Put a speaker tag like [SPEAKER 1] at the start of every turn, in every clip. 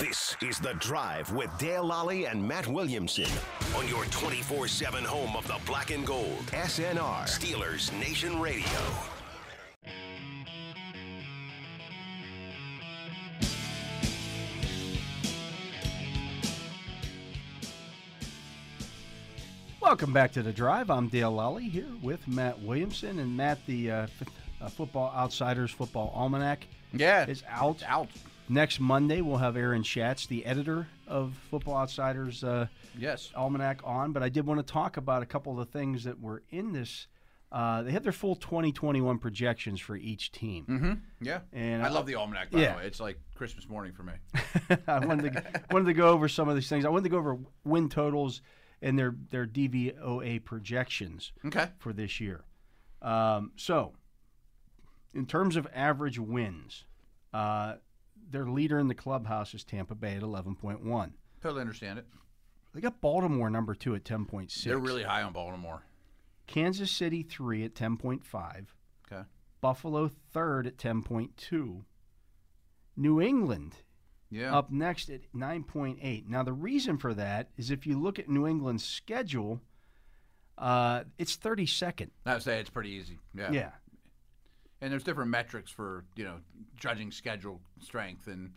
[SPEAKER 1] This is The Drive with Dale Lally and Matt Williamson on your 24 7 home of the black and gold. SNR, Steelers Nation Radio.
[SPEAKER 2] Welcome back to the drive. I'm Dale Lally here with Matt Williamson and Matt. The uh, f- uh, Football Outsiders Football Almanac
[SPEAKER 3] Yeah.
[SPEAKER 2] is out.
[SPEAKER 3] out.
[SPEAKER 2] Next Monday we'll have Aaron Schatz, the editor of Football Outsiders uh,
[SPEAKER 3] Yes.
[SPEAKER 2] Almanac, on. But I did want to talk about a couple of the things that were in this. Uh, they had their full 2021 projections for each team.
[SPEAKER 3] Yeah.
[SPEAKER 2] And
[SPEAKER 3] I
[SPEAKER 2] I-
[SPEAKER 3] love the almanac, by
[SPEAKER 2] Yeah.
[SPEAKER 3] the way. It's like Christmas morning for me. Mm-hmm.
[SPEAKER 2] I wanted to wanted to go over some of these things. I wanted to go over win totals and their their DVOA projections
[SPEAKER 3] Okay.
[SPEAKER 2] for this year. Um, so, in terms of average wins, uh, their leader in the clubhouse is Tampa Bay at eleven point one.
[SPEAKER 3] Totally understand it.
[SPEAKER 2] They got Baltimore number two at ten point six.
[SPEAKER 3] They're really high on Baltimore.
[SPEAKER 2] Kansas City three at ten point five.
[SPEAKER 3] Okay.
[SPEAKER 2] Buffalo third at ten point two. New England
[SPEAKER 3] Yeah.
[SPEAKER 2] up next at 9.8. Now, the reason for that is if you look at New England's schedule, uh, it's 32nd.
[SPEAKER 3] I would say it's pretty easy. Yeah.
[SPEAKER 2] Yeah.
[SPEAKER 3] And there's different metrics for, you know, judging schedule strength and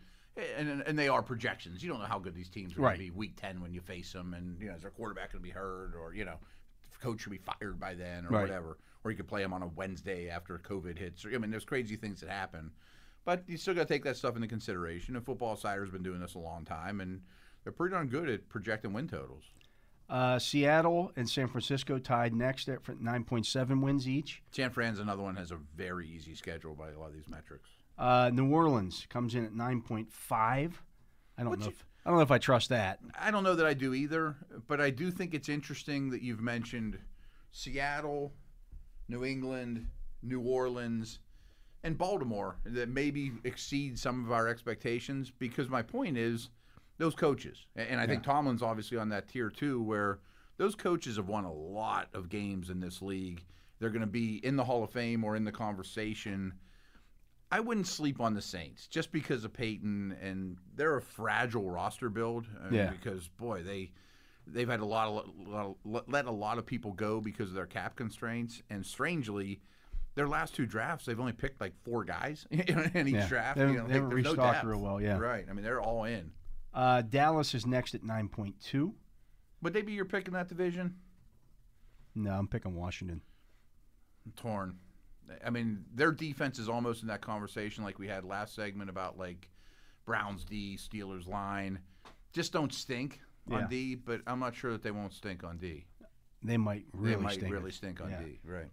[SPEAKER 3] and, and they are projections. You don't know how good these teams are
[SPEAKER 2] Right.
[SPEAKER 3] going to be week 10 when you face them and you know, is their quarterback going to be hurt or, you know, coach should be fired by then or
[SPEAKER 2] Right.
[SPEAKER 3] whatever. Or you could play them on a Wednesday after COVID hits. Or, I mean, there's crazy things that happen. But you still got to take that stuff into consideration. And Football Insider has been doing this a long time and they're pretty darn good at projecting win totals.
[SPEAKER 2] Uh, Seattle and San Francisco tied next at for 9.7 wins each.
[SPEAKER 3] San Fran's another one has a very easy schedule by a lot of these metrics.
[SPEAKER 2] Uh, New Orleans comes in at 9.5. I don't know.
[SPEAKER 3] you-
[SPEAKER 2] If, I don't know if I trust that.
[SPEAKER 3] I don't know that I do either, but I do think it's interesting that you've mentioned Seattle, New England, New Orleans, and Baltimore that maybe exceed some of our expectations because my point is those coaches, a- and I think Tomlin's obviously on that tier too, where those coaches have won a lot of games in this league. They're going to be in the Hall of Fame or in the conversation. I wouldn't sleep on the Saints just because of Peyton, and they're a fragile roster build. uh,
[SPEAKER 2] Yeah.
[SPEAKER 3] Because boy, they they've had a lot of lot of- let a lot of people go because of their cap constraints, and strangely, their last two drafts they've only picked like four guys in each
[SPEAKER 2] Yeah.
[SPEAKER 3] draft.
[SPEAKER 2] They
[SPEAKER 3] you
[SPEAKER 2] haven't- they
[SPEAKER 3] know, like,
[SPEAKER 2] haven't
[SPEAKER 3] there's no
[SPEAKER 2] restocked
[SPEAKER 3] depth.
[SPEAKER 2] real well, yeah.
[SPEAKER 3] Right. I mean, they're all in.
[SPEAKER 2] Uh, Dallas is next at 9.2.
[SPEAKER 3] Would they be your pick in that division?
[SPEAKER 2] No, I'm picking Washington.
[SPEAKER 3] I'm torn. I mean, their defense is almost in that conversation like we had last segment about like Browns D, Steelers line. Just don't stink on
[SPEAKER 2] Yeah.
[SPEAKER 3] D, but I'm not sure that they won't stink on D.
[SPEAKER 2] They might really
[SPEAKER 3] they might
[SPEAKER 2] stink. it.
[SPEAKER 3] really stink on
[SPEAKER 2] Yeah.
[SPEAKER 3] D. Right.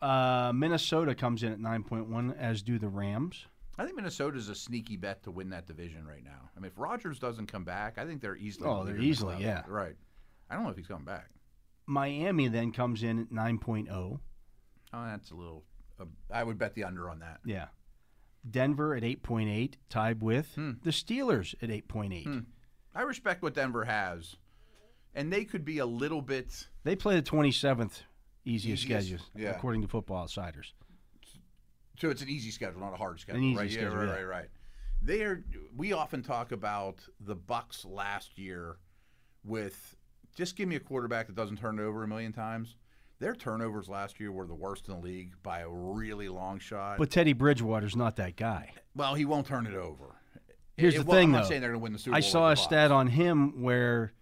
[SPEAKER 2] Uh, Minnesota comes in at 9.1, as do the Rams.
[SPEAKER 3] I think Minnesota's a sneaky bet to win that division right now. I mean, if Rodgers doesn't come back, I think they're easily. the
[SPEAKER 2] Oh, they're
[SPEAKER 3] leader in the
[SPEAKER 2] easily,
[SPEAKER 3] club.
[SPEAKER 2] yeah.
[SPEAKER 3] Right. I don't know if he's coming back.
[SPEAKER 2] Miami then comes in at 9.0.
[SPEAKER 3] Oh, that's a little. Uh, I would bet the under on that.
[SPEAKER 2] Yeah. Denver at 8.8, tied with
[SPEAKER 3] Hmm.
[SPEAKER 2] the Steelers at 8.8.
[SPEAKER 3] I respect what Denver has, and they could be a little bit.
[SPEAKER 2] They play the 27th easiest, schedule,
[SPEAKER 3] Easiest, yeah.
[SPEAKER 2] according to Football Outsiders.
[SPEAKER 3] So it's an easy schedule, not a hard schedule.
[SPEAKER 2] An easy
[SPEAKER 3] right?
[SPEAKER 2] schedule,
[SPEAKER 3] Yeah, right,
[SPEAKER 2] yeah.
[SPEAKER 3] right, right. They are. We often talk about the Bucks last year with just give me a quarterback that doesn't turn it over a million times. Their turnovers last year were the worst in the league by a really long shot.
[SPEAKER 2] But Teddy Bridgewater's not that guy.
[SPEAKER 3] Well, he won't turn it over.
[SPEAKER 2] Here's
[SPEAKER 3] It-
[SPEAKER 2] the
[SPEAKER 3] well,
[SPEAKER 2] thing,
[SPEAKER 3] I'm not
[SPEAKER 2] though.
[SPEAKER 3] saying they're going to win the Super Bowl.
[SPEAKER 2] I saw a
[SPEAKER 3] like the
[SPEAKER 2] stat
[SPEAKER 3] Bucs.
[SPEAKER 2] on him where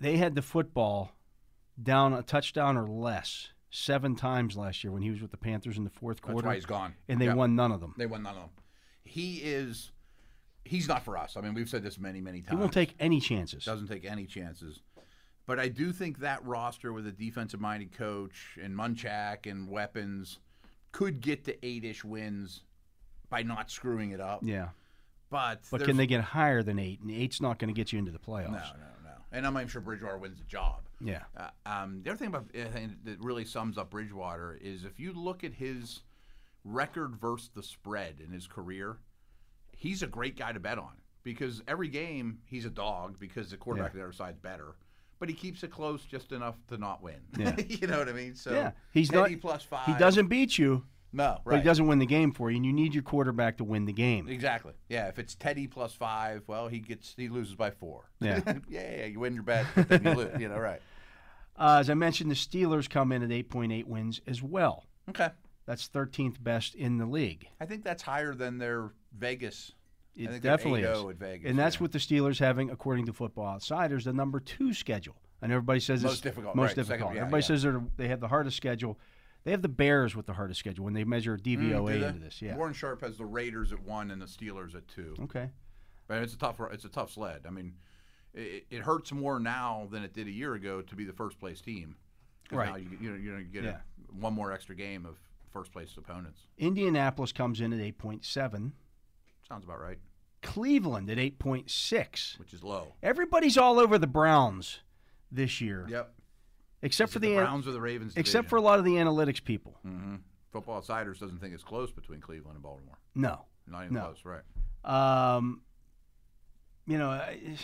[SPEAKER 2] they had the football down a touchdown or less seven times last year when he was with the Panthers in the fourth
[SPEAKER 3] That's
[SPEAKER 2] quarter.
[SPEAKER 3] why he's gone.
[SPEAKER 2] And they
[SPEAKER 3] Yeah.
[SPEAKER 2] won none of them.
[SPEAKER 3] They won none of them. He is. He's not for us. I mean, we've said this many, many times.
[SPEAKER 2] He won't take any chances.
[SPEAKER 3] Doesn't take any chances. But I do think that roster with a defensive-minded coach and Munchak and weapons could get to eight-ish wins by not screwing it up.
[SPEAKER 2] Yeah.
[SPEAKER 3] But
[SPEAKER 2] But
[SPEAKER 3] there's-
[SPEAKER 2] can they get higher than eight? And eight's not going to get you into the playoffs.
[SPEAKER 3] No, no, no. And I'm not even sure Bridgewater wins the job.
[SPEAKER 2] Yeah.
[SPEAKER 3] Uh, um, the other thing about I think that really sums up Bridgewater is if you look at his record versus the spread in his career, he's a great guy to bet on because every game he's a dog because the quarterback on the other side's better, but he keeps it close just enough to not win.
[SPEAKER 2] Yeah.
[SPEAKER 3] you know what I mean? So
[SPEAKER 2] yeah, he's not
[SPEAKER 3] Teddy plus five.
[SPEAKER 2] He doesn't beat you,
[SPEAKER 3] No,
[SPEAKER 2] But
[SPEAKER 3] right.
[SPEAKER 2] he doesn't win the game for you, and you need your quarterback to win the game.
[SPEAKER 3] Exactly. Yeah. If it's Teddy plus five, well, he gets he loses by four.
[SPEAKER 2] Yeah.
[SPEAKER 3] yeah. You win your bet, but then you lose. You know, right?
[SPEAKER 2] Uh, as I mentioned, the Steelers come in at 8.8 wins as well.
[SPEAKER 3] Okay.
[SPEAKER 2] That's 13th best in the league.
[SPEAKER 3] I think that's higher than their Vegas. I
[SPEAKER 2] It
[SPEAKER 3] think they're
[SPEAKER 2] definitely is.
[SPEAKER 3] 8-0 at Vegas,
[SPEAKER 2] and that's
[SPEAKER 3] yeah.
[SPEAKER 2] with the Steelers having, according to Football Outsiders, the number two schedule. And everybody says
[SPEAKER 3] Most
[SPEAKER 2] it's
[SPEAKER 3] difficult,
[SPEAKER 2] Most
[SPEAKER 3] right, second-
[SPEAKER 2] difficult.
[SPEAKER 3] yeah,
[SPEAKER 2] everybody
[SPEAKER 3] yeah.
[SPEAKER 2] says they're, they have the hardest schedule. They have the Bears with the hardest schedule when they measure
[SPEAKER 3] Mm, Do
[SPEAKER 2] DVOA
[SPEAKER 3] they?
[SPEAKER 2] into this. Yeah.
[SPEAKER 3] Warren Sharp has the Raiders at one and the Steelers at two.
[SPEAKER 2] Okay.
[SPEAKER 3] But it's a tough. It's a tough sled. I mean, it, it hurts more now than it did a year ago to be the first place team. 'Cause
[SPEAKER 2] Right.
[SPEAKER 3] Now you, you know you know, you get
[SPEAKER 2] Yeah.
[SPEAKER 3] a, one more extra game of first place opponents.
[SPEAKER 2] Indianapolis comes in at 8.7.
[SPEAKER 3] Sounds about right.
[SPEAKER 2] Cleveland at 8.6.
[SPEAKER 3] Which is low.
[SPEAKER 2] Everybody's all over the Browns this year,
[SPEAKER 3] Yep.
[SPEAKER 2] except for
[SPEAKER 3] the
[SPEAKER 2] the,
[SPEAKER 3] Browns or the Ravens.
[SPEAKER 2] except
[SPEAKER 3] division. Mm-hmm.
[SPEAKER 2] for a lot of the analytics people.
[SPEAKER 3] Football Outsiders doesn't think it's close between Cleveland and Baltimore.
[SPEAKER 2] No.
[SPEAKER 3] Not even
[SPEAKER 2] No.
[SPEAKER 3] close, right?
[SPEAKER 2] Um, you know, I-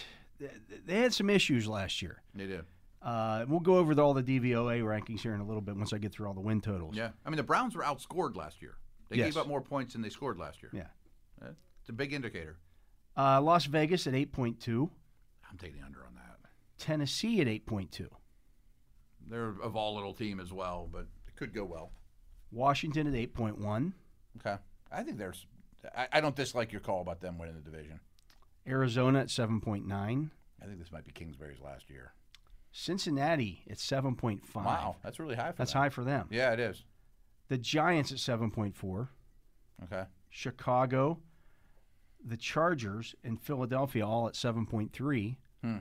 [SPEAKER 2] they had some issues last year.
[SPEAKER 3] They do.
[SPEAKER 2] Uh, we'll go over the, all the DVOA rankings here in a little bit once I get through all the win totals.
[SPEAKER 3] Yeah. I mean, the Browns were outscored last year. They
[SPEAKER 2] Yes.
[SPEAKER 3] gave up more points than they scored last year.
[SPEAKER 2] Yeah.
[SPEAKER 3] Eh, It's a big indicator.
[SPEAKER 2] Uh, Las Vegas at 8.2,
[SPEAKER 3] I'm taking the under on that.
[SPEAKER 2] Tennessee at 8.2,
[SPEAKER 3] They're a volatile team as well, but it could go well.
[SPEAKER 2] Washington at 8.1,
[SPEAKER 3] Okay. I think there's. I, I don't dislike your call about them winning the division.
[SPEAKER 2] Arizona at 7.9,
[SPEAKER 3] I think this might be Kingsbury's last year.
[SPEAKER 2] Cincinnati at 7.5.
[SPEAKER 3] Wow, that's really high for
[SPEAKER 2] That's
[SPEAKER 3] them.
[SPEAKER 2] high for them.
[SPEAKER 3] Yeah, it is.
[SPEAKER 2] The Giants at 7.4,
[SPEAKER 3] Okay.
[SPEAKER 2] Chicago, the Chargers, and Philadelphia all at 7.3.
[SPEAKER 3] Hmm.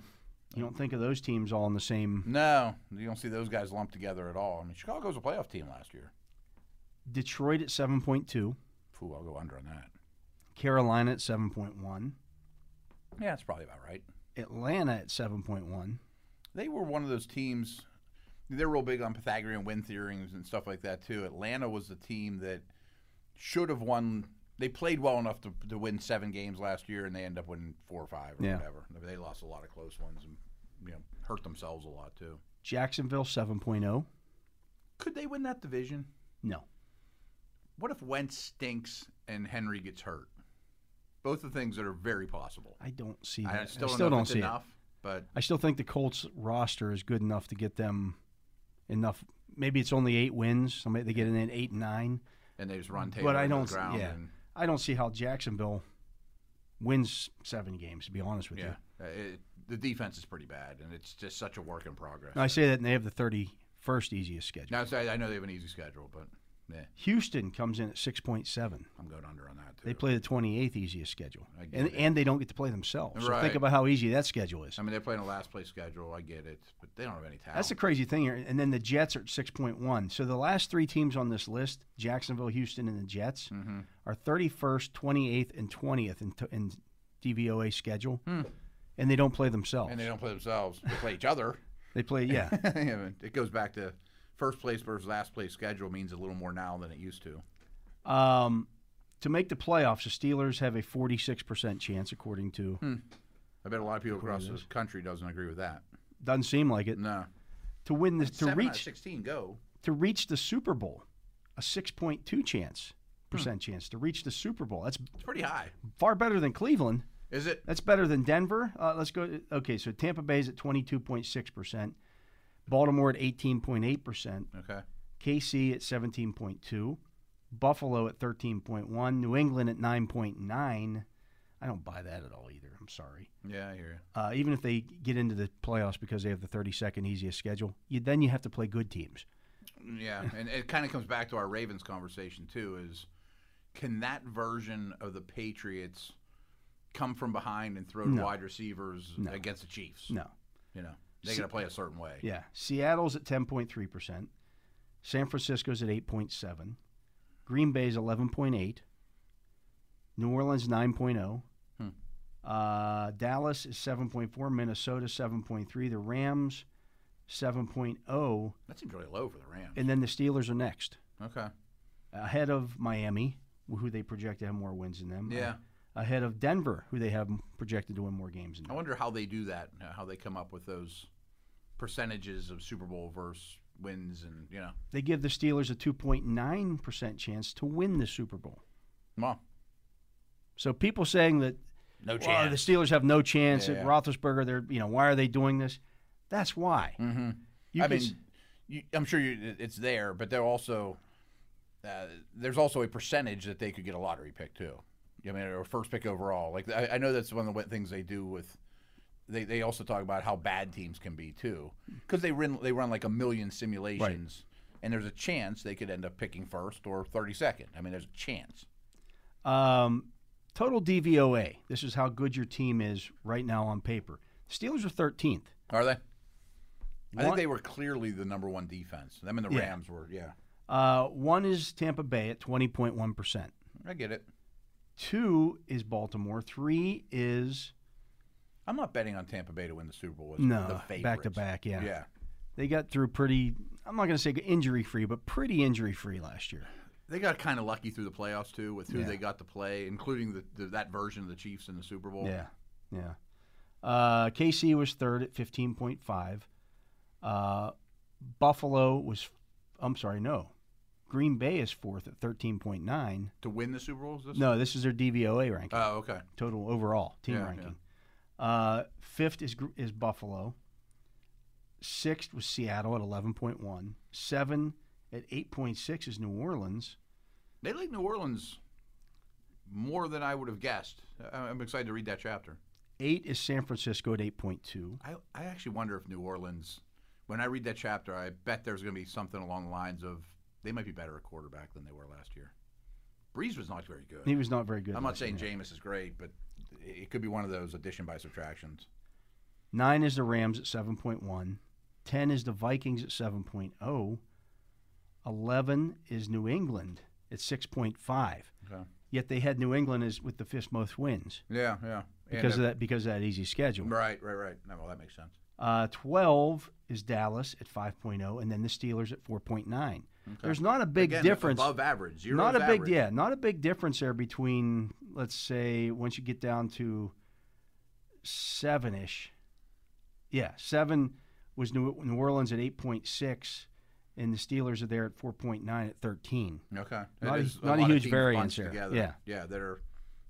[SPEAKER 2] You don't think of those teams all in the same.
[SPEAKER 3] No, you don't see those guys lumped together at all. I mean, Chicago was a playoff team last year.
[SPEAKER 2] Detroit at 7.2,
[SPEAKER 3] Ooh, I'll go under on that.
[SPEAKER 2] Carolina at 7.1,
[SPEAKER 3] Yeah, that's probably about right.
[SPEAKER 2] Atlanta at 7.1.
[SPEAKER 3] They were one of those teams. They're real big on Pythagorean win theories and stuff like that too. Atlanta was the team that should have won. They played well enough to, to win seven games last year, and they end up winning four or five or
[SPEAKER 2] Yeah.
[SPEAKER 3] whatever. I mean, they lost a lot of close ones and you know hurt themselves a lot too.
[SPEAKER 2] Jacksonville 7.0.
[SPEAKER 3] Could they win that division?
[SPEAKER 2] No.
[SPEAKER 3] What if Wentz stinks and Henry gets hurt? Both the things that are very possible.
[SPEAKER 2] I don't see that.
[SPEAKER 3] I still,
[SPEAKER 2] I still
[SPEAKER 3] don't know
[SPEAKER 2] don't
[SPEAKER 3] if it's
[SPEAKER 2] see
[SPEAKER 3] enough, but
[SPEAKER 2] it. I still think the Colts roster is good enough to get them enough. Maybe it's only eight wins. So maybe they get in at eight and nine.
[SPEAKER 3] and they just run Taylor
[SPEAKER 2] But I
[SPEAKER 3] into
[SPEAKER 2] don't.
[SPEAKER 3] the ground.
[SPEAKER 2] Yeah,
[SPEAKER 3] and,
[SPEAKER 2] I don't see how Jacksonville wins seven games. To be honest with
[SPEAKER 3] Yeah,
[SPEAKER 2] you,
[SPEAKER 3] Uh, it, the defense is pretty bad, and it's just such a work in progress.
[SPEAKER 2] And I say that, and they have the thirty-first easiest schedule.
[SPEAKER 3] Now, I I know they have an easy schedule, but yeah,
[SPEAKER 2] Houston comes in at six point seven.
[SPEAKER 3] I'm going under on that too.
[SPEAKER 2] They play the twenty-eighth easiest schedule,
[SPEAKER 3] I get
[SPEAKER 2] and
[SPEAKER 3] it.
[SPEAKER 2] and they don't get to play themselves. So
[SPEAKER 3] Right.
[SPEAKER 2] think about how easy that schedule is.
[SPEAKER 3] I mean, they're playing a last place schedule. I get it, but they don't have any talent.
[SPEAKER 2] That's the crazy thing here. And then the Jets are at 6.1. So the last three teams on this list, Jacksonville, Houston, and the Jets,
[SPEAKER 3] Mm-hmm.
[SPEAKER 2] are 31st, 28th, and 20th in, t- in DVOA schedule. And they don't play themselves.
[SPEAKER 3] Hmm. and they don't play themselves. They play each other.
[SPEAKER 2] They play, yeah.
[SPEAKER 3] I mean, it goes back to first place versus last place schedule means a little more now than it used to.
[SPEAKER 2] um, to make the playoffs, the Steelers have a 46% chance, according to.
[SPEAKER 3] Hmm. I bet a lot of people across the country doesn't agree with that.
[SPEAKER 2] Doesn't seem like it.
[SPEAKER 3] No,
[SPEAKER 2] To win this, to
[SPEAKER 3] Seven out of
[SPEAKER 2] reach
[SPEAKER 3] sixteen go.
[SPEAKER 2] to reach the Super Bowl, a 6.2 chance
[SPEAKER 3] Hmm.
[SPEAKER 2] percent chance to reach the Super Bowl. That's
[SPEAKER 3] It's pretty high,
[SPEAKER 2] far better than Cleveland.
[SPEAKER 3] is it?
[SPEAKER 2] That's better than Denver. Uh, let's go. Okay, so Tampa Bay's at 22.6%, Baltimore at 18.8%,
[SPEAKER 3] Okay.
[SPEAKER 2] KC at 17.2, Buffalo at 13.1, New England at 9.9. I don't buy that at all either. I'm sorry.
[SPEAKER 3] Yeah, I hear
[SPEAKER 2] Uh, even if they get into the playoffs because they have the 32nd easiest schedule, you, then you have to play good teams.
[SPEAKER 3] you. Yeah, and it kind of comes back to our Ravens conversation too. Is can that version of the Patriots come from behind and throw to wide receivers against the Chiefs?
[SPEAKER 2] No.
[SPEAKER 3] You know, they got to play a certain way.
[SPEAKER 2] Yeah. Seattle's at 10.3%, San Francisco's at 8.7, Green Bay's 11.8, New Orleans 9.0, uh, Dallas is 7.4, Minnesota 7.3, the Rams 7.0,
[SPEAKER 3] That seems really low for the Rams.
[SPEAKER 2] and then the Steelers are next,
[SPEAKER 3] okay.
[SPEAKER 2] ahead of Miami, who they project to have more wins than them.
[SPEAKER 3] Yeah.
[SPEAKER 2] Ahead of Denver, who they have projected to win more games than
[SPEAKER 3] I
[SPEAKER 2] them.
[SPEAKER 3] wonder how they do that, uh, how they come up with those percentages of Super Bowl versus wins and you know.
[SPEAKER 2] They give the Steelers a 2.9% chance to win the Super Bowl.
[SPEAKER 3] Well,
[SPEAKER 2] So people saying that
[SPEAKER 4] No chance.
[SPEAKER 2] well, the Steelers have no chance
[SPEAKER 3] Yeah.
[SPEAKER 2] at Roethlisberger, they're, you know, why are they doing this? That's why.
[SPEAKER 3] Mm-hmm.
[SPEAKER 2] You
[SPEAKER 3] I
[SPEAKER 2] can
[SPEAKER 3] mean,
[SPEAKER 2] s-
[SPEAKER 3] you, I'm sure you, it- it's there, but they're also uh, there's also a percentage that they could get a lottery pick too. I mean, or first pick overall. Like I, I know that's one of the things they do with. They, they also talk about how bad teams can be too, because they run they run like a million simulations, and there's a chance they could end up picking first or thirty second. I mean, there's a chance.
[SPEAKER 2] Um, total DVOA. This is how good your team is right now on paper. Steelers are 13th.
[SPEAKER 3] Are they? I think
[SPEAKER 2] One-
[SPEAKER 3] they were clearly the number one defense. Them and the
[SPEAKER 2] Yeah.
[SPEAKER 3] Rams were. Yeah,
[SPEAKER 2] Uh, one is Tampa Bay at 20.1%.
[SPEAKER 3] I get it.
[SPEAKER 2] Two is Baltimore. Three is
[SPEAKER 3] I'm not betting on Tampa Bay to win the Super Bowl. as
[SPEAKER 2] no
[SPEAKER 3] the
[SPEAKER 2] back to
[SPEAKER 3] favorites.
[SPEAKER 2] back. Yeah.
[SPEAKER 3] Yeah.
[SPEAKER 2] they got through pretty. I'm not going to say injury free, but pretty injury free last year.
[SPEAKER 3] They got kind of lucky through the playoffs too, with who they got to play, including the, the, that version of the Chiefs in the Super Bowl.
[SPEAKER 2] Yeah, yeah. Uh, KC was third at 15.5. Uh, Buffalo was. I'm sorry, no. Green Bay is fourth at 13.9.
[SPEAKER 3] To win the Super Bowls, this
[SPEAKER 2] No, this is their DVOA ranking,
[SPEAKER 3] Oh, okay.
[SPEAKER 2] total overall team
[SPEAKER 3] Yeah, yeah.
[SPEAKER 2] ranking. Uh, fifth is Gr- is Buffalo. Sixth was Seattle at eleven point one. Seven at eight point six is New Orleans.
[SPEAKER 3] They like New Orleans more than I would have guessed. I, I'm excited to read that chapter.
[SPEAKER 2] Eight is San Francisco at eight point two.
[SPEAKER 3] I, I actually wonder if New Orleans, when I read that chapter, I bet there's going to be something along the lines of they might be better at quarterback than they were last year. Breeze was not very good.
[SPEAKER 2] He was not very good.
[SPEAKER 3] I'm not
[SPEAKER 2] last year.
[SPEAKER 3] saying Jameis is great, but it it could be one of those addition by subtractions.
[SPEAKER 2] Nine is the Rams at 7.1. 10 is the Vikings at 7.0. 11 is New England at 6.5.
[SPEAKER 3] Okay.
[SPEAKER 2] Yet they had New England as with the fifth most wins
[SPEAKER 3] Yeah, yeah. And,
[SPEAKER 2] because of
[SPEAKER 3] uh,
[SPEAKER 2] that because of that easy schedule.
[SPEAKER 3] Right, right, right. No, well, that makes sense.
[SPEAKER 2] Uh, 12 is Dallas at 5.0 and then the Steelers at 4.9. There's not a big
[SPEAKER 3] Again,
[SPEAKER 2] difference.
[SPEAKER 3] above average. Zero
[SPEAKER 2] not a
[SPEAKER 3] is
[SPEAKER 2] big
[SPEAKER 3] average.
[SPEAKER 2] yeah, not a big difference there between let's say once you get down to seven ish. Yeah, seven was New, New Orleans at eight point six, and the Steelers are there at four point nine at thirteen.
[SPEAKER 3] Okay,
[SPEAKER 2] Not
[SPEAKER 3] It
[SPEAKER 2] a-
[SPEAKER 3] is
[SPEAKER 2] not a
[SPEAKER 3] lot of
[SPEAKER 2] huge
[SPEAKER 3] teams
[SPEAKER 2] variance
[SPEAKER 3] bunched
[SPEAKER 2] there.
[SPEAKER 3] Together.
[SPEAKER 2] Yeah.
[SPEAKER 3] yeah, that are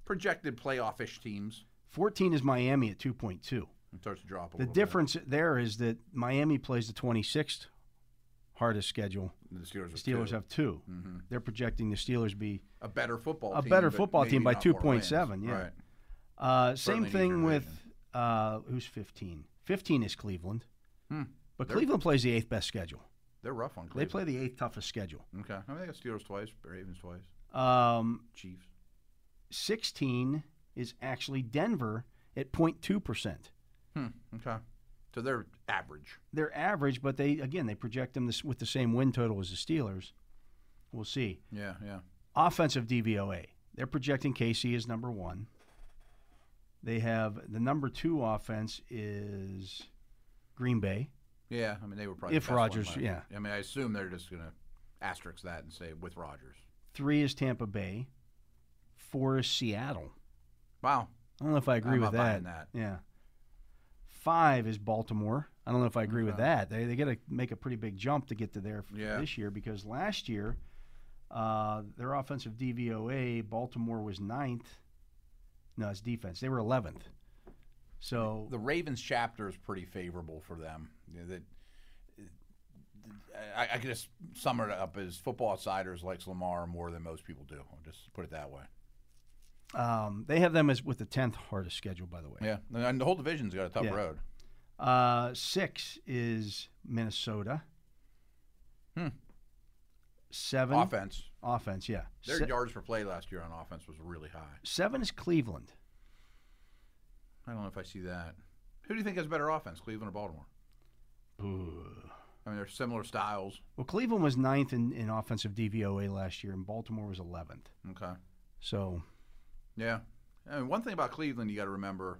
[SPEAKER 3] projected playoff-ish teams.
[SPEAKER 2] Fourteen is Miami at two point two.
[SPEAKER 3] It starts to drop. A
[SPEAKER 2] The
[SPEAKER 3] little
[SPEAKER 2] difference there is that Miami plays the twenty sixth hardest schedule.
[SPEAKER 3] Bit. The Steelers,
[SPEAKER 2] The
[SPEAKER 3] have
[SPEAKER 2] Steelers
[SPEAKER 3] two. Mm-hmm.
[SPEAKER 2] have 2 they They're projecting the Steelers be
[SPEAKER 3] a better football,
[SPEAKER 2] a
[SPEAKER 3] team,
[SPEAKER 2] better
[SPEAKER 3] but
[SPEAKER 2] football team
[SPEAKER 3] maybe
[SPEAKER 2] by
[SPEAKER 3] not more
[SPEAKER 2] 2.7,
[SPEAKER 3] wins.
[SPEAKER 2] yeah.
[SPEAKER 3] Right.
[SPEAKER 2] Uh, same
[SPEAKER 3] Certainly an
[SPEAKER 2] thing
[SPEAKER 3] easier
[SPEAKER 2] with
[SPEAKER 3] division.
[SPEAKER 2] uh, who's 15? 15 is Cleveland.
[SPEAKER 3] Hmm.
[SPEAKER 2] But
[SPEAKER 3] They're-
[SPEAKER 2] Cleveland plays the eighth best schedule.
[SPEAKER 3] They're rough on
[SPEAKER 2] They
[SPEAKER 3] Cleveland.
[SPEAKER 2] play the eighth toughest schedule.
[SPEAKER 3] Okay, I mean they got Steelers twice, Ravens twice,
[SPEAKER 2] Um,
[SPEAKER 3] Chiefs.
[SPEAKER 2] 16 is actually Denver at 0.2%.
[SPEAKER 3] Hmm. Okay, so they're average.
[SPEAKER 2] They're average, but they again they project them this, with the same win total as the Steelers. We'll see.
[SPEAKER 3] Yeah, yeah.
[SPEAKER 2] Offensive DVOA. They're projecting KC as number one. They have the number two offense is Green Bay.
[SPEAKER 3] Yeah, I mean they were probably
[SPEAKER 2] If
[SPEAKER 3] the best one
[SPEAKER 2] Rodgers-
[SPEAKER 3] last-
[SPEAKER 2] yeah.
[SPEAKER 3] I mean I assume they're just gonna asterisk that and say with Rodgers.
[SPEAKER 2] Three is Tampa Bay. Four is Seattle.
[SPEAKER 3] Wow,
[SPEAKER 2] I don't know if I agree
[SPEAKER 3] I'm
[SPEAKER 2] with
[SPEAKER 3] not buying
[SPEAKER 2] that. Yeah. Five is Baltimore. I don't know if I agree with
[SPEAKER 3] Okay.
[SPEAKER 2] that. They they got to make a pretty big jump to get to there f-
[SPEAKER 3] Yeah.
[SPEAKER 2] this year because last year, uh, their offensive DVOA, Baltimore was ninth. No, it's defense. They were eleventh. So
[SPEAKER 3] the Ravens chapter is pretty favorable for them. You know, that I, I could just sum it up as football outsiders likes Lamar more than most people do. I'll just put it that way.
[SPEAKER 2] um, they have them as with the tenth hardest schedule, by the way.
[SPEAKER 3] Yeah, and the whole division's got a tough
[SPEAKER 2] Yeah.
[SPEAKER 3] road.
[SPEAKER 2] Uh, six is Minnesota.
[SPEAKER 3] Hmm.
[SPEAKER 2] Seven
[SPEAKER 3] Offense,
[SPEAKER 2] offense, yeah.
[SPEAKER 3] their
[SPEAKER 2] Se-
[SPEAKER 3] yards per play last year on offense was really high.
[SPEAKER 2] seven is Cleveland.
[SPEAKER 3] I don't know if I see that. Who do you think has better offense, Cleveland or Baltimore? I mean, they're similar styles.
[SPEAKER 2] Well, Cleveland was ninth in, in offensive DVOA last year, and Baltimore was 11th.
[SPEAKER 3] Okay.
[SPEAKER 2] So,
[SPEAKER 3] Yeah. I mean, one thing about Cleveland you got to remember,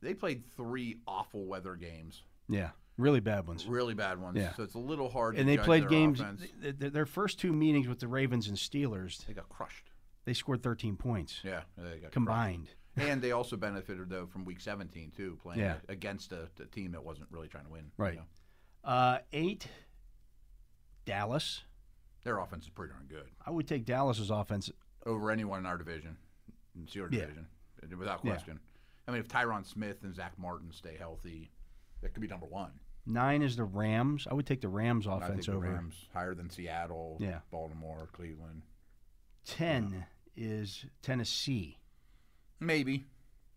[SPEAKER 3] they played three awful weather games,
[SPEAKER 2] yeah, really bad ones.
[SPEAKER 3] really bad ones.
[SPEAKER 2] Yeah.
[SPEAKER 3] So it's a little hard.
[SPEAKER 2] And
[SPEAKER 3] to
[SPEAKER 2] they
[SPEAKER 3] judge
[SPEAKER 2] played
[SPEAKER 3] their
[SPEAKER 2] games,
[SPEAKER 3] offense.
[SPEAKER 2] th- th- th- their first two meetings with the Ravens and Steelers,
[SPEAKER 3] They got crushed.
[SPEAKER 2] they scored 13 points
[SPEAKER 3] Yeah, they got
[SPEAKER 2] combined.
[SPEAKER 3] crushed. and they also benefited though from Week 17 too, playing
[SPEAKER 2] Yeah.
[SPEAKER 3] against a, a team that wasn't really trying to win. you
[SPEAKER 2] Right.
[SPEAKER 3] know.
[SPEAKER 2] Uh, eight Dallas.
[SPEAKER 3] Their offense is pretty darn good
[SPEAKER 2] I would take Dallas's offense.
[SPEAKER 3] over anyone in our division, in your
[SPEAKER 2] Yeah.
[SPEAKER 3] division, without
[SPEAKER 2] Yeah.
[SPEAKER 3] question. I mean, if Tyron Smith and Zach Martin stay healthy, that could be number one.
[SPEAKER 2] Nine is the Rams. I would take the Rams
[SPEAKER 3] I think
[SPEAKER 2] offense
[SPEAKER 3] the
[SPEAKER 2] over.
[SPEAKER 3] Rams higher than Seattle,
[SPEAKER 2] Yeah.
[SPEAKER 3] Baltimore, Cleveland.
[SPEAKER 2] Ten is Tennessee.
[SPEAKER 3] Maybe.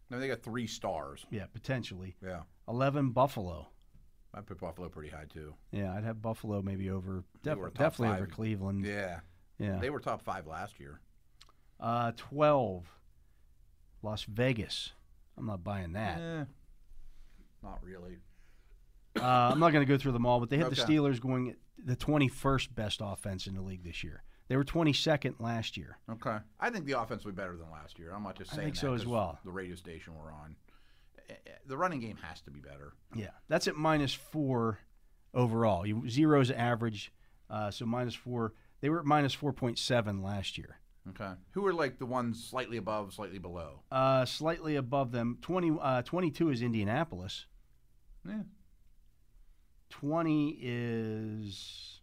[SPEAKER 3] I mean, they got three stars.
[SPEAKER 2] Yeah, potentially.
[SPEAKER 3] Yeah.
[SPEAKER 2] Eleven Buffalo.
[SPEAKER 3] I put Buffalo pretty high too.
[SPEAKER 2] Yeah, I'd have Buffalo maybe over def-
[SPEAKER 3] were a top
[SPEAKER 2] definitely
[SPEAKER 3] five.
[SPEAKER 2] over Cleveland.
[SPEAKER 3] Yeah.
[SPEAKER 2] Mm. Yeah.
[SPEAKER 3] They were top five last year.
[SPEAKER 2] Uh, Twelve, Las Vegas. I'm not buying that.
[SPEAKER 3] Eh, not really.
[SPEAKER 2] Uh, I'm not going to go through them all, but they had the
[SPEAKER 3] Okay.
[SPEAKER 2] Steelers going at the 21st best offense in the league this year. They were 22nd last year.
[SPEAKER 3] Okay. I think the offense will be better than last year. I'm not just
[SPEAKER 2] I
[SPEAKER 3] saying
[SPEAKER 2] think
[SPEAKER 3] that
[SPEAKER 2] so as
[SPEAKER 3] 'cause
[SPEAKER 2] well.
[SPEAKER 3] The radio station we're on. Eh, eh, The running game has to be better.
[SPEAKER 2] Yeah, that's at minus four overall. You, zero's average, uh, so minus four. They were at minus four point seven last year.
[SPEAKER 3] Okay. Who are like the ones slightly above, slightly below?
[SPEAKER 2] Uh, slightly above them. 20, uh, 22 is Indianapolis.
[SPEAKER 3] Yeah.
[SPEAKER 2] Twenty is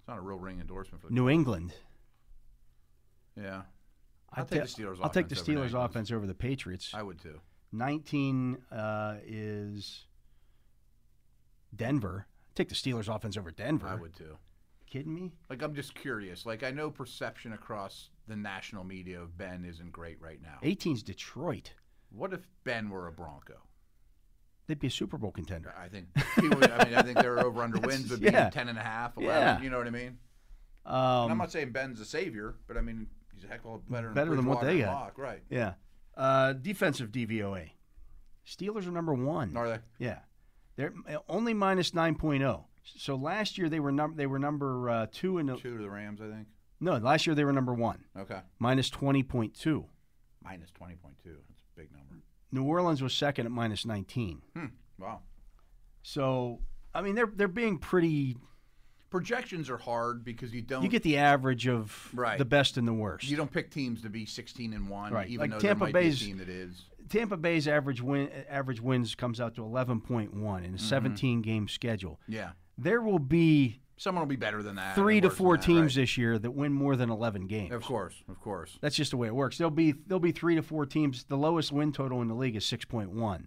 [SPEAKER 3] It's not a real ring endorsement for the
[SPEAKER 2] New England.
[SPEAKER 3] Yeah.
[SPEAKER 2] I'd
[SPEAKER 3] I'll take the Steelers
[SPEAKER 2] I'll take the
[SPEAKER 3] offense over New
[SPEAKER 2] Steelers
[SPEAKER 3] England's.
[SPEAKER 2] offense over the Patriots.
[SPEAKER 3] I would too.
[SPEAKER 2] 19 uh, is Denver. Take the Steelers offense over Denver.
[SPEAKER 3] I would too.
[SPEAKER 2] Kidding me?
[SPEAKER 3] Like I'm just curious. Like I know perception across the national media of Ben isn't great right now.
[SPEAKER 2] 18's Detroit.
[SPEAKER 3] What if Ben were a Bronco?
[SPEAKER 2] They'd be a Super Bowl contender.
[SPEAKER 3] I think people, I mean I think their over under
[SPEAKER 2] That's-
[SPEAKER 3] wins would
[SPEAKER 2] yeah.
[SPEAKER 3] be 10 and a half, 11,
[SPEAKER 2] Yeah.
[SPEAKER 3] you know what I mean? And I'm
[SPEAKER 2] Um,
[SPEAKER 3] not saying Ben's a savior, but I mean he's a heck of a lot better
[SPEAKER 2] Better than what
[SPEAKER 3] Bridgewater
[SPEAKER 2] they
[SPEAKER 3] and
[SPEAKER 2] got.
[SPEAKER 3] Locke, right.
[SPEAKER 2] yeah. Uh, defensive DVOA. Steelers are number one.
[SPEAKER 3] Are they?
[SPEAKER 2] Yeah. They're uh, only minus 9.0. So last year they were num- they were number uh, two in the
[SPEAKER 3] Two to the Rams, I think.
[SPEAKER 2] no last year they were number one
[SPEAKER 3] Okay.
[SPEAKER 2] minus twenty point two.
[SPEAKER 3] Minus 20.2. That's a big number.
[SPEAKER 2] New Orleans was second at minus nineteen.
[SPEAKER 3] Hmm. Wow.
[SPEAKER 2] So I mean they're they're being pretty
[SPEAKER 3] Projections are hard because you don't
[SPEAKER 2] you get the average of
[SPEAKER 3] Right.
[SPEAKER 2] the best and the worst.
[SPEAKER 3] you don't pick teams to be 16 and 1
[SPEAKER 2] Right.
[SPEAKER 3] even
[SPEAKER 2] Like
[SPEAKER 3] though
[SPEAKER 2] Tampa
[SPEAKER 3] there might
[SPEAKER 2] Bay's-
[SPEAKER 3] be a team that is.
[SPEAKER 2] Tampa Bay's average win average wins comes out to 11.1 in a
[SPEAKER 3] Mm-hmm.
[SPEAKER 2] 17 game schedule.
[SPEAKER 3] Yeah.
[SPEAKER 2] There will be
[SPEAKER 3] Someone will be better than that.
[SPEAKER 2] 3
[SPEAKER 3] and
[SPEAKER 2] to
[SPEAKER 3] worse
[SPEAKER 2] 4
[SPEAKER 3] than that,
[SPEAKER 2] teams
[SPEAKER 3] right.
[SPEAKER 2] this year that win more than 11 games.
[SPEAKER 3] Of course, of course.
[SPEAKER 2] That's just the way it works. There'll be there'll be 3 to 4 teams. The lowest win total in the league is 6.1.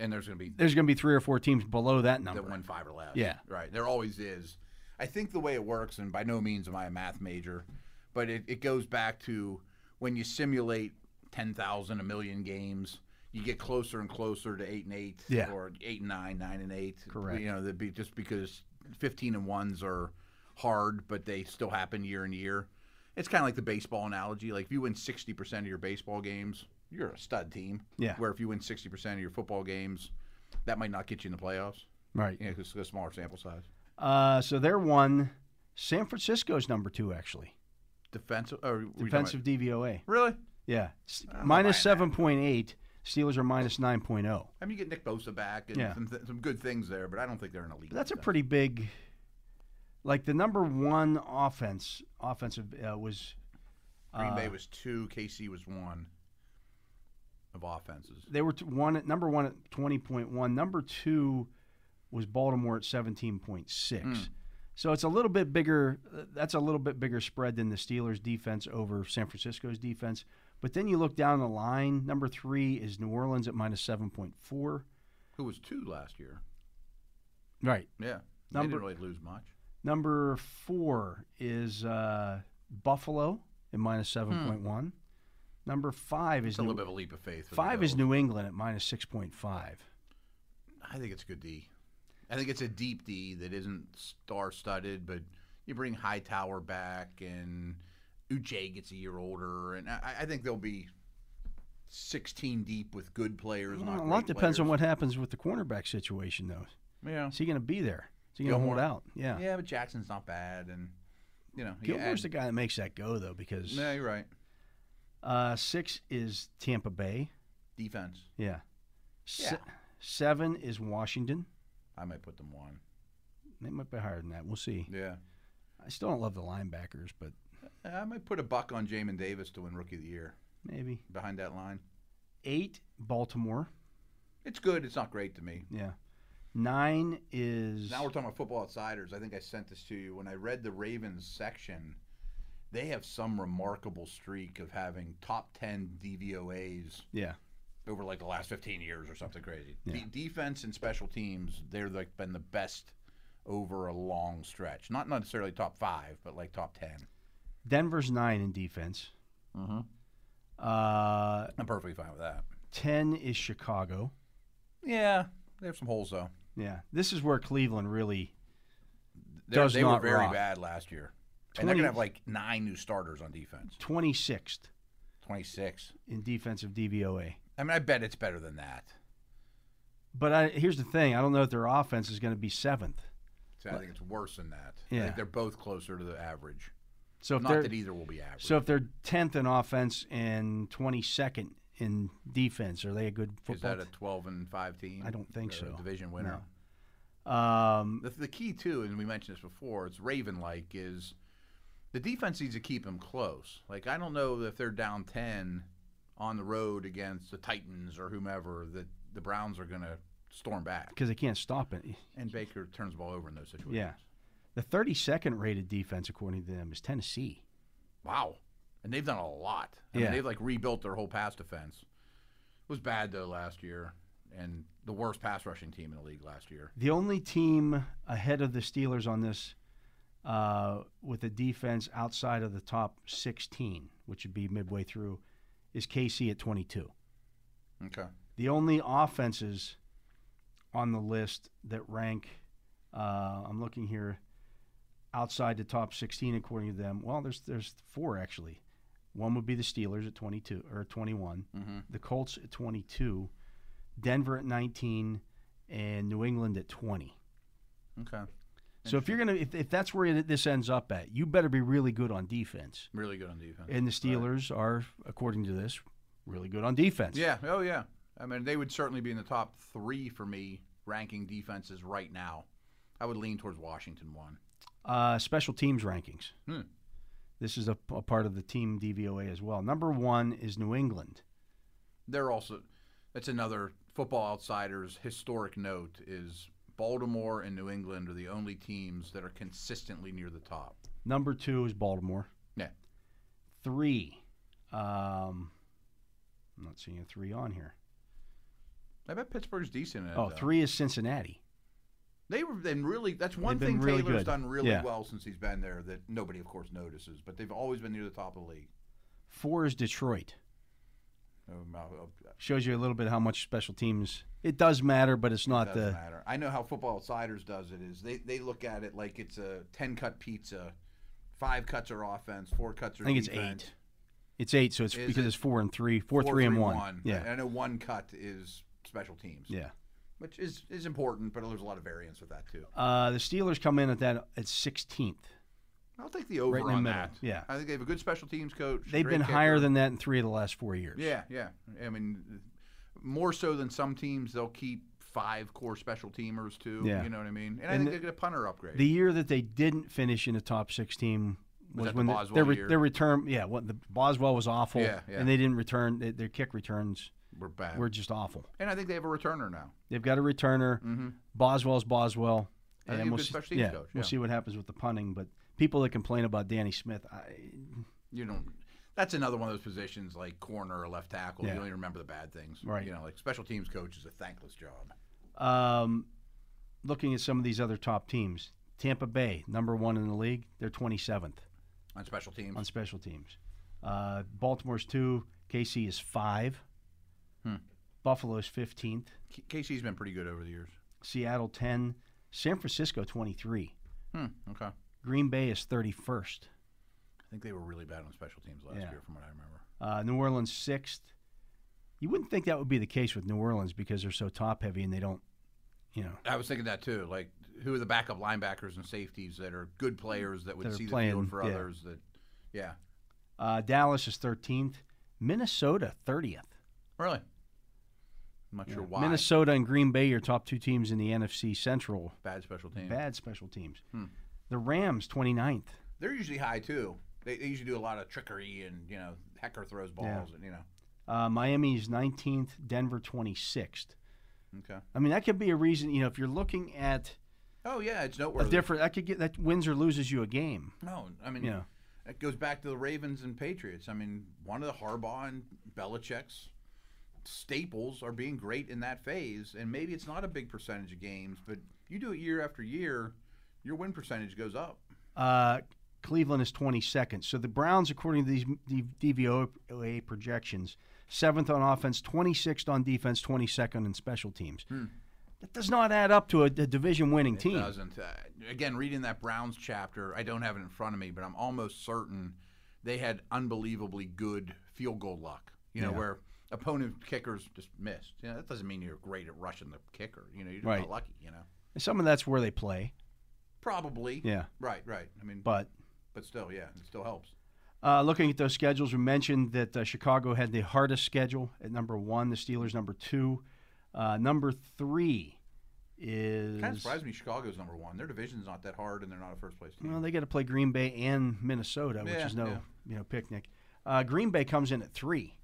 [SPEAKER 3] And there's going to be
[SPEAKER 2] There's going to be 3 or 4 teams below that number.
[SPEAKER 3] that win five or less.
[SPEAKER 2] Yeah.
[SPEAKER 3] Right. There always is. I think the way it works, and by no means am I a math major, but it, it goes back to when you simulate 10,000, a million games, you get closer and closer to 8 and 8
[SPEAKER 2] Yeah.
[SPEAKER 3] or 8 and 9, 9 and 8.
[SPEAKER 2] Correct.
[SPEAKER 3] You know, that'd be just because 15 and 1s are hard, but they still happen year and year. It's kind of like the baseball analogy. Like if you win 60% of your baseball games, you're a stud team.
[SPEAKER 2] Yeah.
[SPEAKER 3] Where if you win 60% of your football games, that might not get you in the playoffs.
[SPEAKER 2] Right.
[SPEAKER 3] Yeah, because a smaller sample size.
[SPEAKER 2] Uh, so they're one. San Francisco's number 2 actually.
[SPEAKER 3] Defensive or were you talking
[SPEAKER 2] Defensive DVOA.
[SPEAKER 3] about- really?
[SPEAKER 2] Yeah. S-
[SPEAKER 3] don't know
[SPEAKER 2] Minus
[SPEAKER 3] why I
[SPEAKER 2] 7.8. Steelers are minus oh. 9.0.
[SPEAKER 3] I mean, you get Nick Bosa back and
[SPEAKER 2] Yeah.
[SPEAKER 3] some, th- some good things there, but I don't think they're an elite.
[SPEAKER 2] But that's a
[SPEAKER 3] defense.
[SPEAKER 2] pretty big. Like the number one offense, offensive uh, was
[SPEAKER 3] Green
[SPEAKER 2] uh,
[SPEAKER 3] Bay was two, KC was one of offenses.
[SPEAKER 2] they were t- one at number one at twenty point one. Number two was Baltimore at seventeen point six. So it's a little bit bigger. uh, That's a little bit bigger spread than the Steelers' defense over San Francisco's defense. But then you look down the line. Number three is New Orleans at minus seven point four.
[SPEAKER 3] Who was two last year?
[SPEAKER 2] Right.
[SPEAKER 3] Yeah,
[SPEAKER 2] Number-
[SPEAKER 3] they didn't really lose much.
[SPEAKER 2] Number four is uh, Buffalo at minus seven point one. Number five is
[SPEAKER 3] It's Hmm. a
[SPEAKER 2] New,
[SPEAKER 3] little bit of a leap of faith. for the
[SPEAKER 2] five is
[SPEAKER 3] Bills.
[SPEAKER 2] New England at minus six point five.
[SPEAKER 3] I think it's a good D. I think it's a deep D that isn't star studded, but you bring Hightower back and Uche gets a year older, and I, I think they'll be sixteen deep with good players.
[SPEAKER 2] A
[SPEAKER 3] not
[SPEAKER 2] lot
[SPEAKER 3] great
[SPEAKER 2] depends on
[SPEAKER 3] players.
[SPEAKER 2] what happens with the cornerback situation, though.
[SPEAKER 3] Yeah.
[SPEAKER 2] Is he going to be there? Is he going to hold
[SPEAKER 3] Gilmore.
[SPEAKER 2] out? Yeah.
[SPEAKER 3] Yeah, but Jackson's not bad, and you know, you
[SPEAKER 2] Gilmore's the
[SPEAKER 3] add-
[SPEAKER 2] guy that makes that go, though, because
[SPEAKER 3] Yeah, you're right.
[SPEAKER 2] uh, six is Tampa Bay.
[SPEAKER 3] Defense,
[SPEAKER 2] Yeah. Se-
[SPEAKER 3] Yeah.
[SPEAKER 2] seven is Washington.
[SPEAKER 3] I might put them one.
[SPEAKER 2] They might be higher than that. We'll see.
[SPEAKER 3] Yeah,
[SPEAKER 2] I still don't love the linebackers, but
[SPEAKER 3] I might put a buck on Jamin Davis to win Rookie of the Year
[SPEAKER 2] maybe.
[SPEAKER 3] behind that line.
[SPEAKER 2] Eight, Baltimore.
[SPEAKER 3] It's good. It's not great to me.
[SPEAKER 2] Yeah. Nine is
[SPEAKER 3] Now we're talking about football outsiders. I think I sent this to you when I read the Ravens section. They have some remarkable streak of having top ten DVOA's
[SPEAKER 2] yeah.
[SPEAKER 3] over like the last 15 years or something crazy. De- defense and special teams, they're like been the best over a long stretch. Not necessarily top five, but like top 10.
[SPEAKER 2] Denver's nine in defense. Uh,
[SPEAKER 3] I'm perfectly fine with that.
[SPEAKER 2] ten is Chicago.
[SPEAKER 3] Yeah, they have some holes though.
[SPEAKER 2] Yeah, this is where Cleveland really.
[SPEAKER 3] They're-
[SPEAKER 2] Does
[SPEAKER 3] they
[SPEAKER 2] not
[SPEAKER 3] were very
[SPEAKER 2] rock.
[SPEAKER 3] bad last year. And they're
[SPEAKER 2] 20
[SPEAKER 3] gonna have like nine new starters on defense.
[SPEAKER 2] 26th
[SPEAKER 3] 26.
[SPEAKER 2] in defensive DVOA.
[SPEAKER 3] I mean, I bet it's better than that.
[SPEAKER 2] But I, here's the thing: I don't know if their offense is going to be seventh.
[SPEAKER 3] So I think it's worse than that. I
[SPEAKER 2] Yeah.
[SPEAKER 3] think they're both closer to the average.
[SPEAKER 2] So if
[SPEAKER 3] Not
[SPEAKER 2] they're
[SPEAKER 3] that either will be average.
[SPEAKER 2] so if they're tenth in offense and 22nd in defense, are they a good
[SPEAKER 3] Is
[SPEAKER 2] football?
[SPEAKER 3] that a 12 and 5 team?
[SPEAKER 2] I don't think
[SPEAKER 3] They're a
[SPEAKER 2] so.
[SPEAKER 3] Division winner.
[SPEAKER 2] No. team? um,
[SPEAKER 3] The, the key too, and we mentioned this before, it's Raven-like is the defense needs to keep them close. Like I don't know if they're down ten on the road against the Titans or whomever that the Browns are going to storm back,
[SPEAKER 2] because they can't stop it.
[SPEAKER 3] and Baker turns the ball over in those situations.
[SPEAKER 2] Yeah, the 32nd rated defense according to them is Tennessee.
[SPEAKER 3] Wow. And they've done a lot. I
[SPEAKER 2] Yeah.
[SPEAKER 3] mean, they've like rebuilt their whole pass defense. It was bad though last year, and the worst pass rushing team in the league last year.
[SPEAKER 2] The only team ahead of the Steelers on this uh, with a defense outside of the top 16, which would be midway through, is KC at 22.
[SPEAKER 3] Okay.
[SPEAKER 2] The only offenses on the list that rank, uh, I'm looking here, outside the top 16 according to them. Well, there's there's four actually. One would be the Steelers at 22 or 21, the Colts at 22, Denver at 19, and New England at 20.
[SPEAKER 3] Okay.
[SPEAKER 2] So if you're gonna if, if that's where it, this ends up at, you better be really good on defense.
[SPEAKER 3] Really good on defense.
[SPEAKER 2] And the Steelers are, according to this, really good on defense.
[SPEAKER 3] Yeah. Oh, yeah. I mean, they would certainly be in the top three for me ranking defenses right now. I would lean towards Washington one.
[SPEAKER 2] Uh, special teams rankings.
[SPEAKER 3] Hmm.
[SPEAKER 2] This is a, a part of the team DVOA as well. Number one is New England.
[SPEAKER 3] They're also that's another football outsiders historic note is Baltimore and New England are the only teams that are consistently near the top.
[SPEAKER 2] Number two is Baltimore.
[SPEAKER 3] Yeah.
[SPEAKER 2] Three. Um, I'm not seeing a three on here.
[SPEAKER 3] I bet Pittsburgh's decent at it.
[SPEAKER 2] Oh,
[SPEAKER 3] though.
[SPEAKER 2] three is Cincinnati.
[SPEAKER 3] They were then really. That's one
[SPEAKER 2] They've been
[SPEAKER 3] thing
[SPEAKER 2] really
[SPEAKER 3] Taylor's
[SPEAKER 2] good.
[SPEAKER 3] done really
[SPEAKER 2] Yeah.
[SPEAKER 3] well since he's been there. That nobody, of course, notices. But they've always been near the top of the league.
[SPEAKER 2] Four is Detroit.
[SPEAKER 3] Um, I'll- I'll-
[SPEAKER 2] Shows you a little bit how much special teams. It does matter, but it's not
[SPEAKER 3] doesn't
[SPEAKER 2] the.
[SPEAKER 3] matter. I know how Football Outsiders does it. Is they they look at it like it's a ten cut pizza. Five cuts are offense. Four cuts are.
[SPEAKER 2] I think it's
[SPEAKER 3] defense,
[SPEAKER 2] eight. It's eight, so it's
[SPEAKER 3] Is
[SPEAKER 2] because
[SPEAKER 3] it-
[SPEAKER 2] it's four and three, four,
[SPEAKER 3] four,
[SPEAKER 2] three and one.
[SPEAKER 3] And
[SPEAKER 2] Yeah,
[SPEAKER 3] I know one cut is special teams.
[SPEAKER 2] yeah.
[SPEAKER 3] Which is is important, but there's a lot of variance with that too.
[SPEAKER 2] Uh, the Steelers come in at that at sixteenth.
[SPEAKER 3] I'll take the over
[SPEAKER 2] Right in the
[SPEAKER 3] on
[SPEAKER 2] middle,
[SPEAKER 3] that.
[SPEAKER 2] yeah.
[SPEAKER 3] I think they have a good special teams coach.
[SPEAKER 2] They've
[SPEAKER 3] great
[SPEAKER 2] been higher
[SPEAKER 3] kicker.
[SPEAKER 2] than that in three of the last four years.
[SPEAKER 3] Yeah, yeah. I mean, more so than some teams, they'll keep five core special teamers too.
[SPEAKER 2] Yeah.
[SPEAKER 3] You know what I mean? And, I
[SPEAKER 2] And
[SPEAKER 3] think
[SPEAKER 2] the-
[SPEAKER 3] they get a punter upgrade.
[SPEAKER 2] The year that they didn't finish in the top sixteen was,
[SPEAKER 3] that the
[SPEAKER 2] when the-
[SPEAKER 3] Boswell
[SPEAKER 2] their re-
[SPEAKER 3] year?
[SPEAKER 2] their return. Yeah, what the Boswell was awful.
[SPEAKER 3] Yeah, yeah.
[SPEAKER 2] and they didn't return. They, their kick returns
[SPEAKER 3] We're back.
[SPEAKER 2] were just awful.
[SPEAKER 3] and I think they have a returner now.
[SPEAKER 2] They've got a returner. Boswell's Boswell.
[SPEAKER 3] And
[SPEAKER 2] then
[SPEAKER 3] he's Mm-hmm. a
[SPEAKER 2] we'll
[SPEAKER 3] good
[SPEAKER 2] see,
[SPEAKER 3] special teams
[SPEAKER 2] yeah,
[SPEAKER 3] coach,
[SPEAKER 2] we'll
[SPEAKER 3] yeah.
[SPEAKER 2] see what happens with the punting. But people that complain about Danny Smith, I,
[SPEAKER 3] You don't. That's another one of those positions like corner or left tackle.
[SPEAKER 2] Yeah.
[SPEAKER 3] You only remember the bad things.
[SPEAKER 2] Right.
[SPEAKER 3] You know, like special teams coach is a thankless job.
[SPEAKER 2] Um, looking at some of these other top teams, Tampa Bay, number one in the league, they're 27th
[SPEAKER 3] On special teams,
[SPEAKER 2] on special teams. Uh, Baltimore's two, KC is five,
[SPEAKER 3] Hmm.
[SPEAKER 2] Buffalo's 15th,
[SPEAKER 3] K- KC's been pretty good over the years.
[SPEAKER 2] Seattle 10, San Francisco 23,
[SPEAKER 3] Hmm. Okay. I
[SPEAKER 2] Green Bay is 31st,
[SPEAKER 3] think they were really bad on special teams last
[SPEAKER 2] Yeah.
[SPEAKER 3] year, from what I remember.
[SPEAKER 2] uh, New Orleans 6th. You wouldn't think that would be the case with New Orleans because they're so top heavy and they don't, you know,
[SPEAKER 3] I was thinking that too. Like, who are the backup linebackers and safeties that are good players that would
[SPEAKER 2] That are
[SPEAKER 3] see the
[SPEAKER 2] playing,
[SPEAKER 3] field for
[SPEAKER 2] yeah.
[SPEAKER 3] others? That, yeah,
[SPEAKER 2] uh, Dallas is 13th, Minnesota 30th.
[SPEAKER 3] really. I'm not sure why.
[SPEAKER 2] Minnesota and Green Bay, your top two teams in the NFC Central.
[SPEAKER 3] bad special teams.
[SPEAKER 2] Bad special teams.
[SPEAKER 3] Hmm.
[SPEAKER 2] The Rams, 29th.
[SPEAKER 3] They're usually high too. They, they usually do a lot of trickery and you know, Hecker throws balls and you know.
[SPEAKER 2] Uh, Miami's 19th. Denver, 26th.
[SPEAKER 3] Okay.
[SPEAKER 2] I mean, that could be a reason. You know, if you're looking at
[SPEAKER 3] Oh yeah, it's
[SPEAKER 2] a
[SPEAKER 3] noteworthy.
[SPEAKER 2] different, that could get that wins or loses you a game.
[SPEAKER 3] no, I mean,
[SPEAKER 2] You know,
[SPEAKER 3] it goes back to the Ravens and Patriots. I mean, one of the Harbaugh and Belichick's staples are being great in that phase, and maybe it's not a big percentage of games, but you do it year after year, your win percentage goes up.
[SPEAKER 2] uh, Cleveland is 22nd. So the Browns, according to these D- DVOA projections, seventh on offense, 26th on defense, 22nd in special teams. That does not add up to a, division winning team.
[SPEAKER 3] Hmm. Doesn't uh, again reading that Browns chapter. I don't have it in front of me, but I'm almost certain they had unbelievably good field goal luck. You know
[SPEAKER 2] Yeah.
[SPEAKER 3] where opponent kickers just missed. You know that doesn't mean you're great at rushing the kicker. You know you're just
[SPEAKER 2] Right.
[SPEAKER 3] not lucky. You know
[SPEAKER 2] And some of that's where they play.
[SPEAKER 3] probably.
[SPEAKER 2] Yeah.
[SPEAKER 3] Right. Right. I mean,
[SPEAKER 2] But
[SPEAKER 3] but still, yeah, it still helps.
[SPEAKER 2] Uh, looking at those schedules, we mentioned that uh, Chicago had the hardest schedule at number one. The Steelers number two. Uh, number three is
[SPEAKER 3] Kind of surprised me. Chicago's number one. Their division's not that hard, and they're not a first place team.
[SPEAKER 2] well, they got to play Green Bay and Minnesota, which
[SPEAKER 3] Yeah,
[SPEAKER 2] is no
[SPEAKER 3] yeah.
[SPEAKER 2] you know picnic. Uh, Green Bay comes in at three,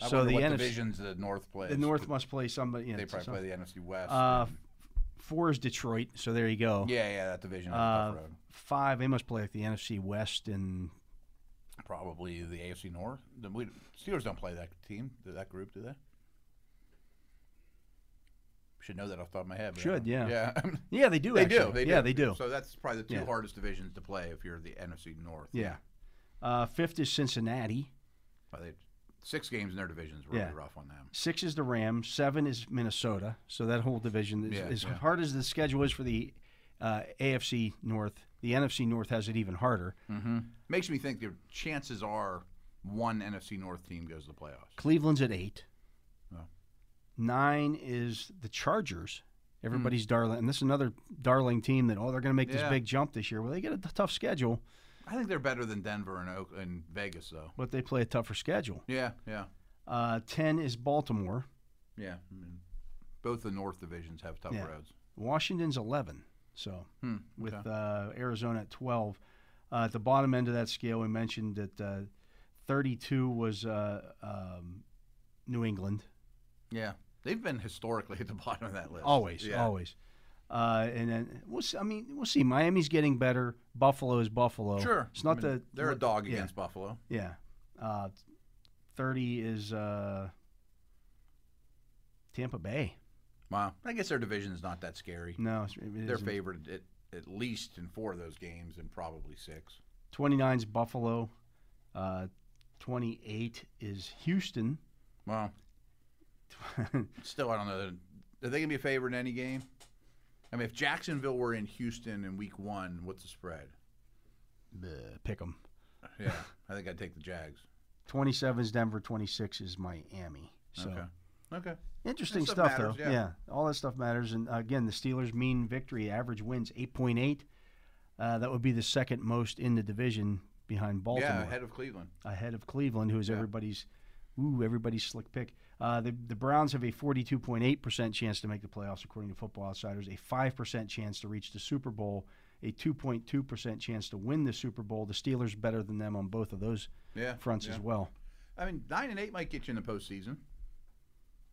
[SPEAKER 3] I
[SPEAKER 2] so
[SPEAKER 3] wonder
[SPEAKER 2] the
[SPEAKER 3] what
[SPEAKER 2] NFC,
[SPEAKER 3] divisions the North plays.
[SPEAKER 2] the North must play somebody. You know,
[SPEAKER 3] They probably
[SPEAKER 2] some-
[SPEAKER 3] play the NFC West.
[SPEAKER 2] uh, f- four is Detroit, so there you go.
[SPEAKER 3] yeah, yeah, that division is a
[SPEAKER 2] Uh,
[SPEAKER 3] tough road.
[SPEAKER 2] five, they must play like the NFC West and
[SPEAKER 3] Probably the AFC North. The we, Steelers don't play that team, th- that group, do they? Should know that off the top of my head. but I
[SPEAKER 2] Should,
[SPEAKER 3] don't-
[SPEAKER 2] yeah.
[SPEAKER 3] Yeah,
[SPEAKER 2] yeah, they do.
[SPEAKER 3] they
[SPEAKER 2] actually.
[SPEAKER 3] do. They
[SPEAKER 2] yeah,
[SPEAKER 3] do.
[SPEAKER 2] they do.
[SPEAKER 3] So that's probably the two
[SPEAKER 2] Yeah.
[SPEAKER 3] hardest divisions to play if you're the NFC North.
[SPEAKER 2] yeah. Uh, fifth is Cincinnati.
[SPEAKER 3] Well, they, six games in their divisions really
[SPEAKER 2] Yeah.
[SPEAKER 3] rough on them.
[SPEAKER 2] Six is the Rams. Seven is Minnesota. So that whole division, is,
[SPEAKER 3] Yeah,
[SPEAKER 2] as
[SPEAKER 3] yeah.
[SPEAKER 2] hard as the schedule is for the uh, AFC North, the NFC North has it even harder.
[SPEAKER 3] Makes me think the chances are one NFC North team goes to the playoffs.
[SPEAKER 2] Cleveland's at eight.
[SPEAKER 3] Oh.
[SPEAKER 2] Nine is the Chargers. Everybody's darling, and this is another darling team that oh they're going to make this
[SPEAKER 3] Hmm. Yeah.
[SPEAKER 2] big jump this year. Well, they get a t- tough schedule,
[SPEAKER 3] I think they're better than Denver and Oak and Vegas, though.
[SPEAKER 2] but they play a tougher schedule.
[SPEAKER 3] Yeah, yeah,
[SPEAKER 2] Uh, Ten is Baltimore.
[SPEAKER 3] yeah. I mean, both the North divisions have tough
[SPEAKER 2] Yeah.
[SPEAKER 3] roads.
[SPEAKER 2] Washington's 11. So
[SPEAKER 3] Hmm,
[SPEAKER 2] with
[SPEAKER 3] okay.
[SPEAKER 2] uh, Arizona at 12. Uh, at the bottom end of that scale, we mentioned that uh, 32 was uh, um, New England.
[SPEAKER 3] Yeah, they've been historically at the bottom of that list.
[SPEAKER 2] Always,
[SPEAKER 3] yeah.
[SPEAKER 2] always. Uh, and then we'll see, I mean we'll see. Miami's getting better. Buffalo is Buffalo.
[SPEAKER 3] Sure,
[SPEAKER 2] It's not
[SPEAKER 3] I mean,
[SPEAKER 2] the
[SPEAKER 3] they're a dog
[SPEAKER 2] yeah.
[SPEAKER 3] against Buffalo.
[SPEAKER 2] Yeah. Uh, 30 is uh, Tampa Bay.
[SPEAKER 3] Wow, I guess their division's not that scary.
[SPEAKER 2] No, it's- it
[SPEAKER 3] They're
[SPEAKER 2] isn't.
[SPEAKER 3] favored at, at least in four of those games, and probably six.
[SPEAKER 2] 29 is Buffalo. Uh, 28 is Houston.
[SPEAKER 3] Well, still, I don't know. Are they gonna be a favorite in any game? I mean, if Jacksonville were in Houston in Week One, what's the spread?
[SPEAKER 2] Pick them.
[SPEAKER 3] Yeah, I think I'd take the Jags.
[SPEAKER 2] 27 is Denver. 26 is Miami. So
[SPEAKER 3] Okay. Okay.
[SPEAKER 2] interesting
[SPEAKER 3] That
[SPEAKER 2] stuff,
[SPEAKER 3] stuff matters,
[SPEAKER 2] though.
[SPEAKER 3] yeah.
[SPEAKER 2] all that stuff matters. And uh, again, the Steelers' mean victory average wins 8.8. Uh, that would be the second most in the division behind Baltimore,
[SPEAKER 3] Yeah, ahead of Cleveland.
[SPEAKER 2] ahead of Cleveland, who is everybody's ooh everybody's slick pick. Uh, the the Browns have a 42.8 percent chance to make the playoffs, according to Football Outsiders. A five percent chance to reach the Super Bowl. A 2.2 percent chance to win the Super Bowl. The Steelers better than them on both of those
[SPEAKER 3] Yeah.
[SPEAKER 2] fronts
[SPEAKER 3] yeah.
[SPEAKER 2] as well.
[SPEAKER 3] I mean, nine and eight might get you in the postseason.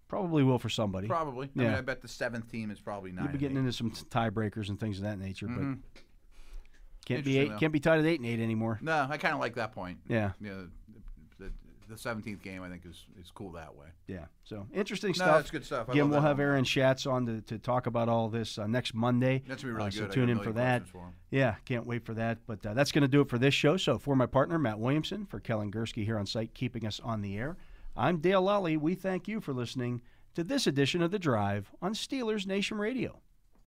[SPEAKER 2] Probably will for somebody.
[SPEAKER 3] Probably. I mean,
[SPEAKER 2] Yeah.
[SPEAKER 3] I bet the seventh team is probably 9
[SPEAKER 2] You'll be
[SPEAKER 3] and
[SPEAKER 2] getting
[SPEAKER 3] eight.
[SPEAKER 2] into some t- tiebreakers and things of that nature,
[SPEAKER 3] Mhm.
[SPEAKER 2] but can't be
[SPEAKER 3] Interesting,
[SPEAKER 2] eight,
[SPEAKER 3] though.
[SPEAKER 2] can't be tied at eight and eight anymore.
[SPEAKER 3] No, I kind of like that point.
[SPEAKER 2] Yeah,
[SPEAKER 3] You know, the, the 17th game, I think, is, is cool that way.
[SPEAKER 2] yeah. So interesting
[SPEAKER 3] No,
[SPEAKER 2] stuff.
[SPEAKER 3] that's good stuff. I
[SPEAKER 2] Again,
[SPEAKER 3] love
[SPEAKER 2] we'll
[SPEAKER 3] that
[SPEAKER 2] have
[SPEAKER 3] one.
[SPEAKER 2] Aaron Schatz on to, to talk about all this uh, next Monday.
[SPEAKER 3] That's going to be
[SPEAKER 2] Uh,
[SPEAKER 3] really
[SPEAKER 2] so
[SPEAKER 3] good. I got
[SPEAKER 2] tune
[SPEAKER 3] a
[SPEAKER 2] in
[SPEAKER 3] million
[SPEAKER 2] for that.
[SPEAKER 3] questions for him.
[SPEAKER 2] Yeah, can't wait for that. But uh, that's going to do it for this show. So for my partner Matt Williamson, for Kellen Gursky here on site, keeping us on the air. I'm Dale Lally. We thank you for listening to this edition of the Drive on Steelers Nation Radio.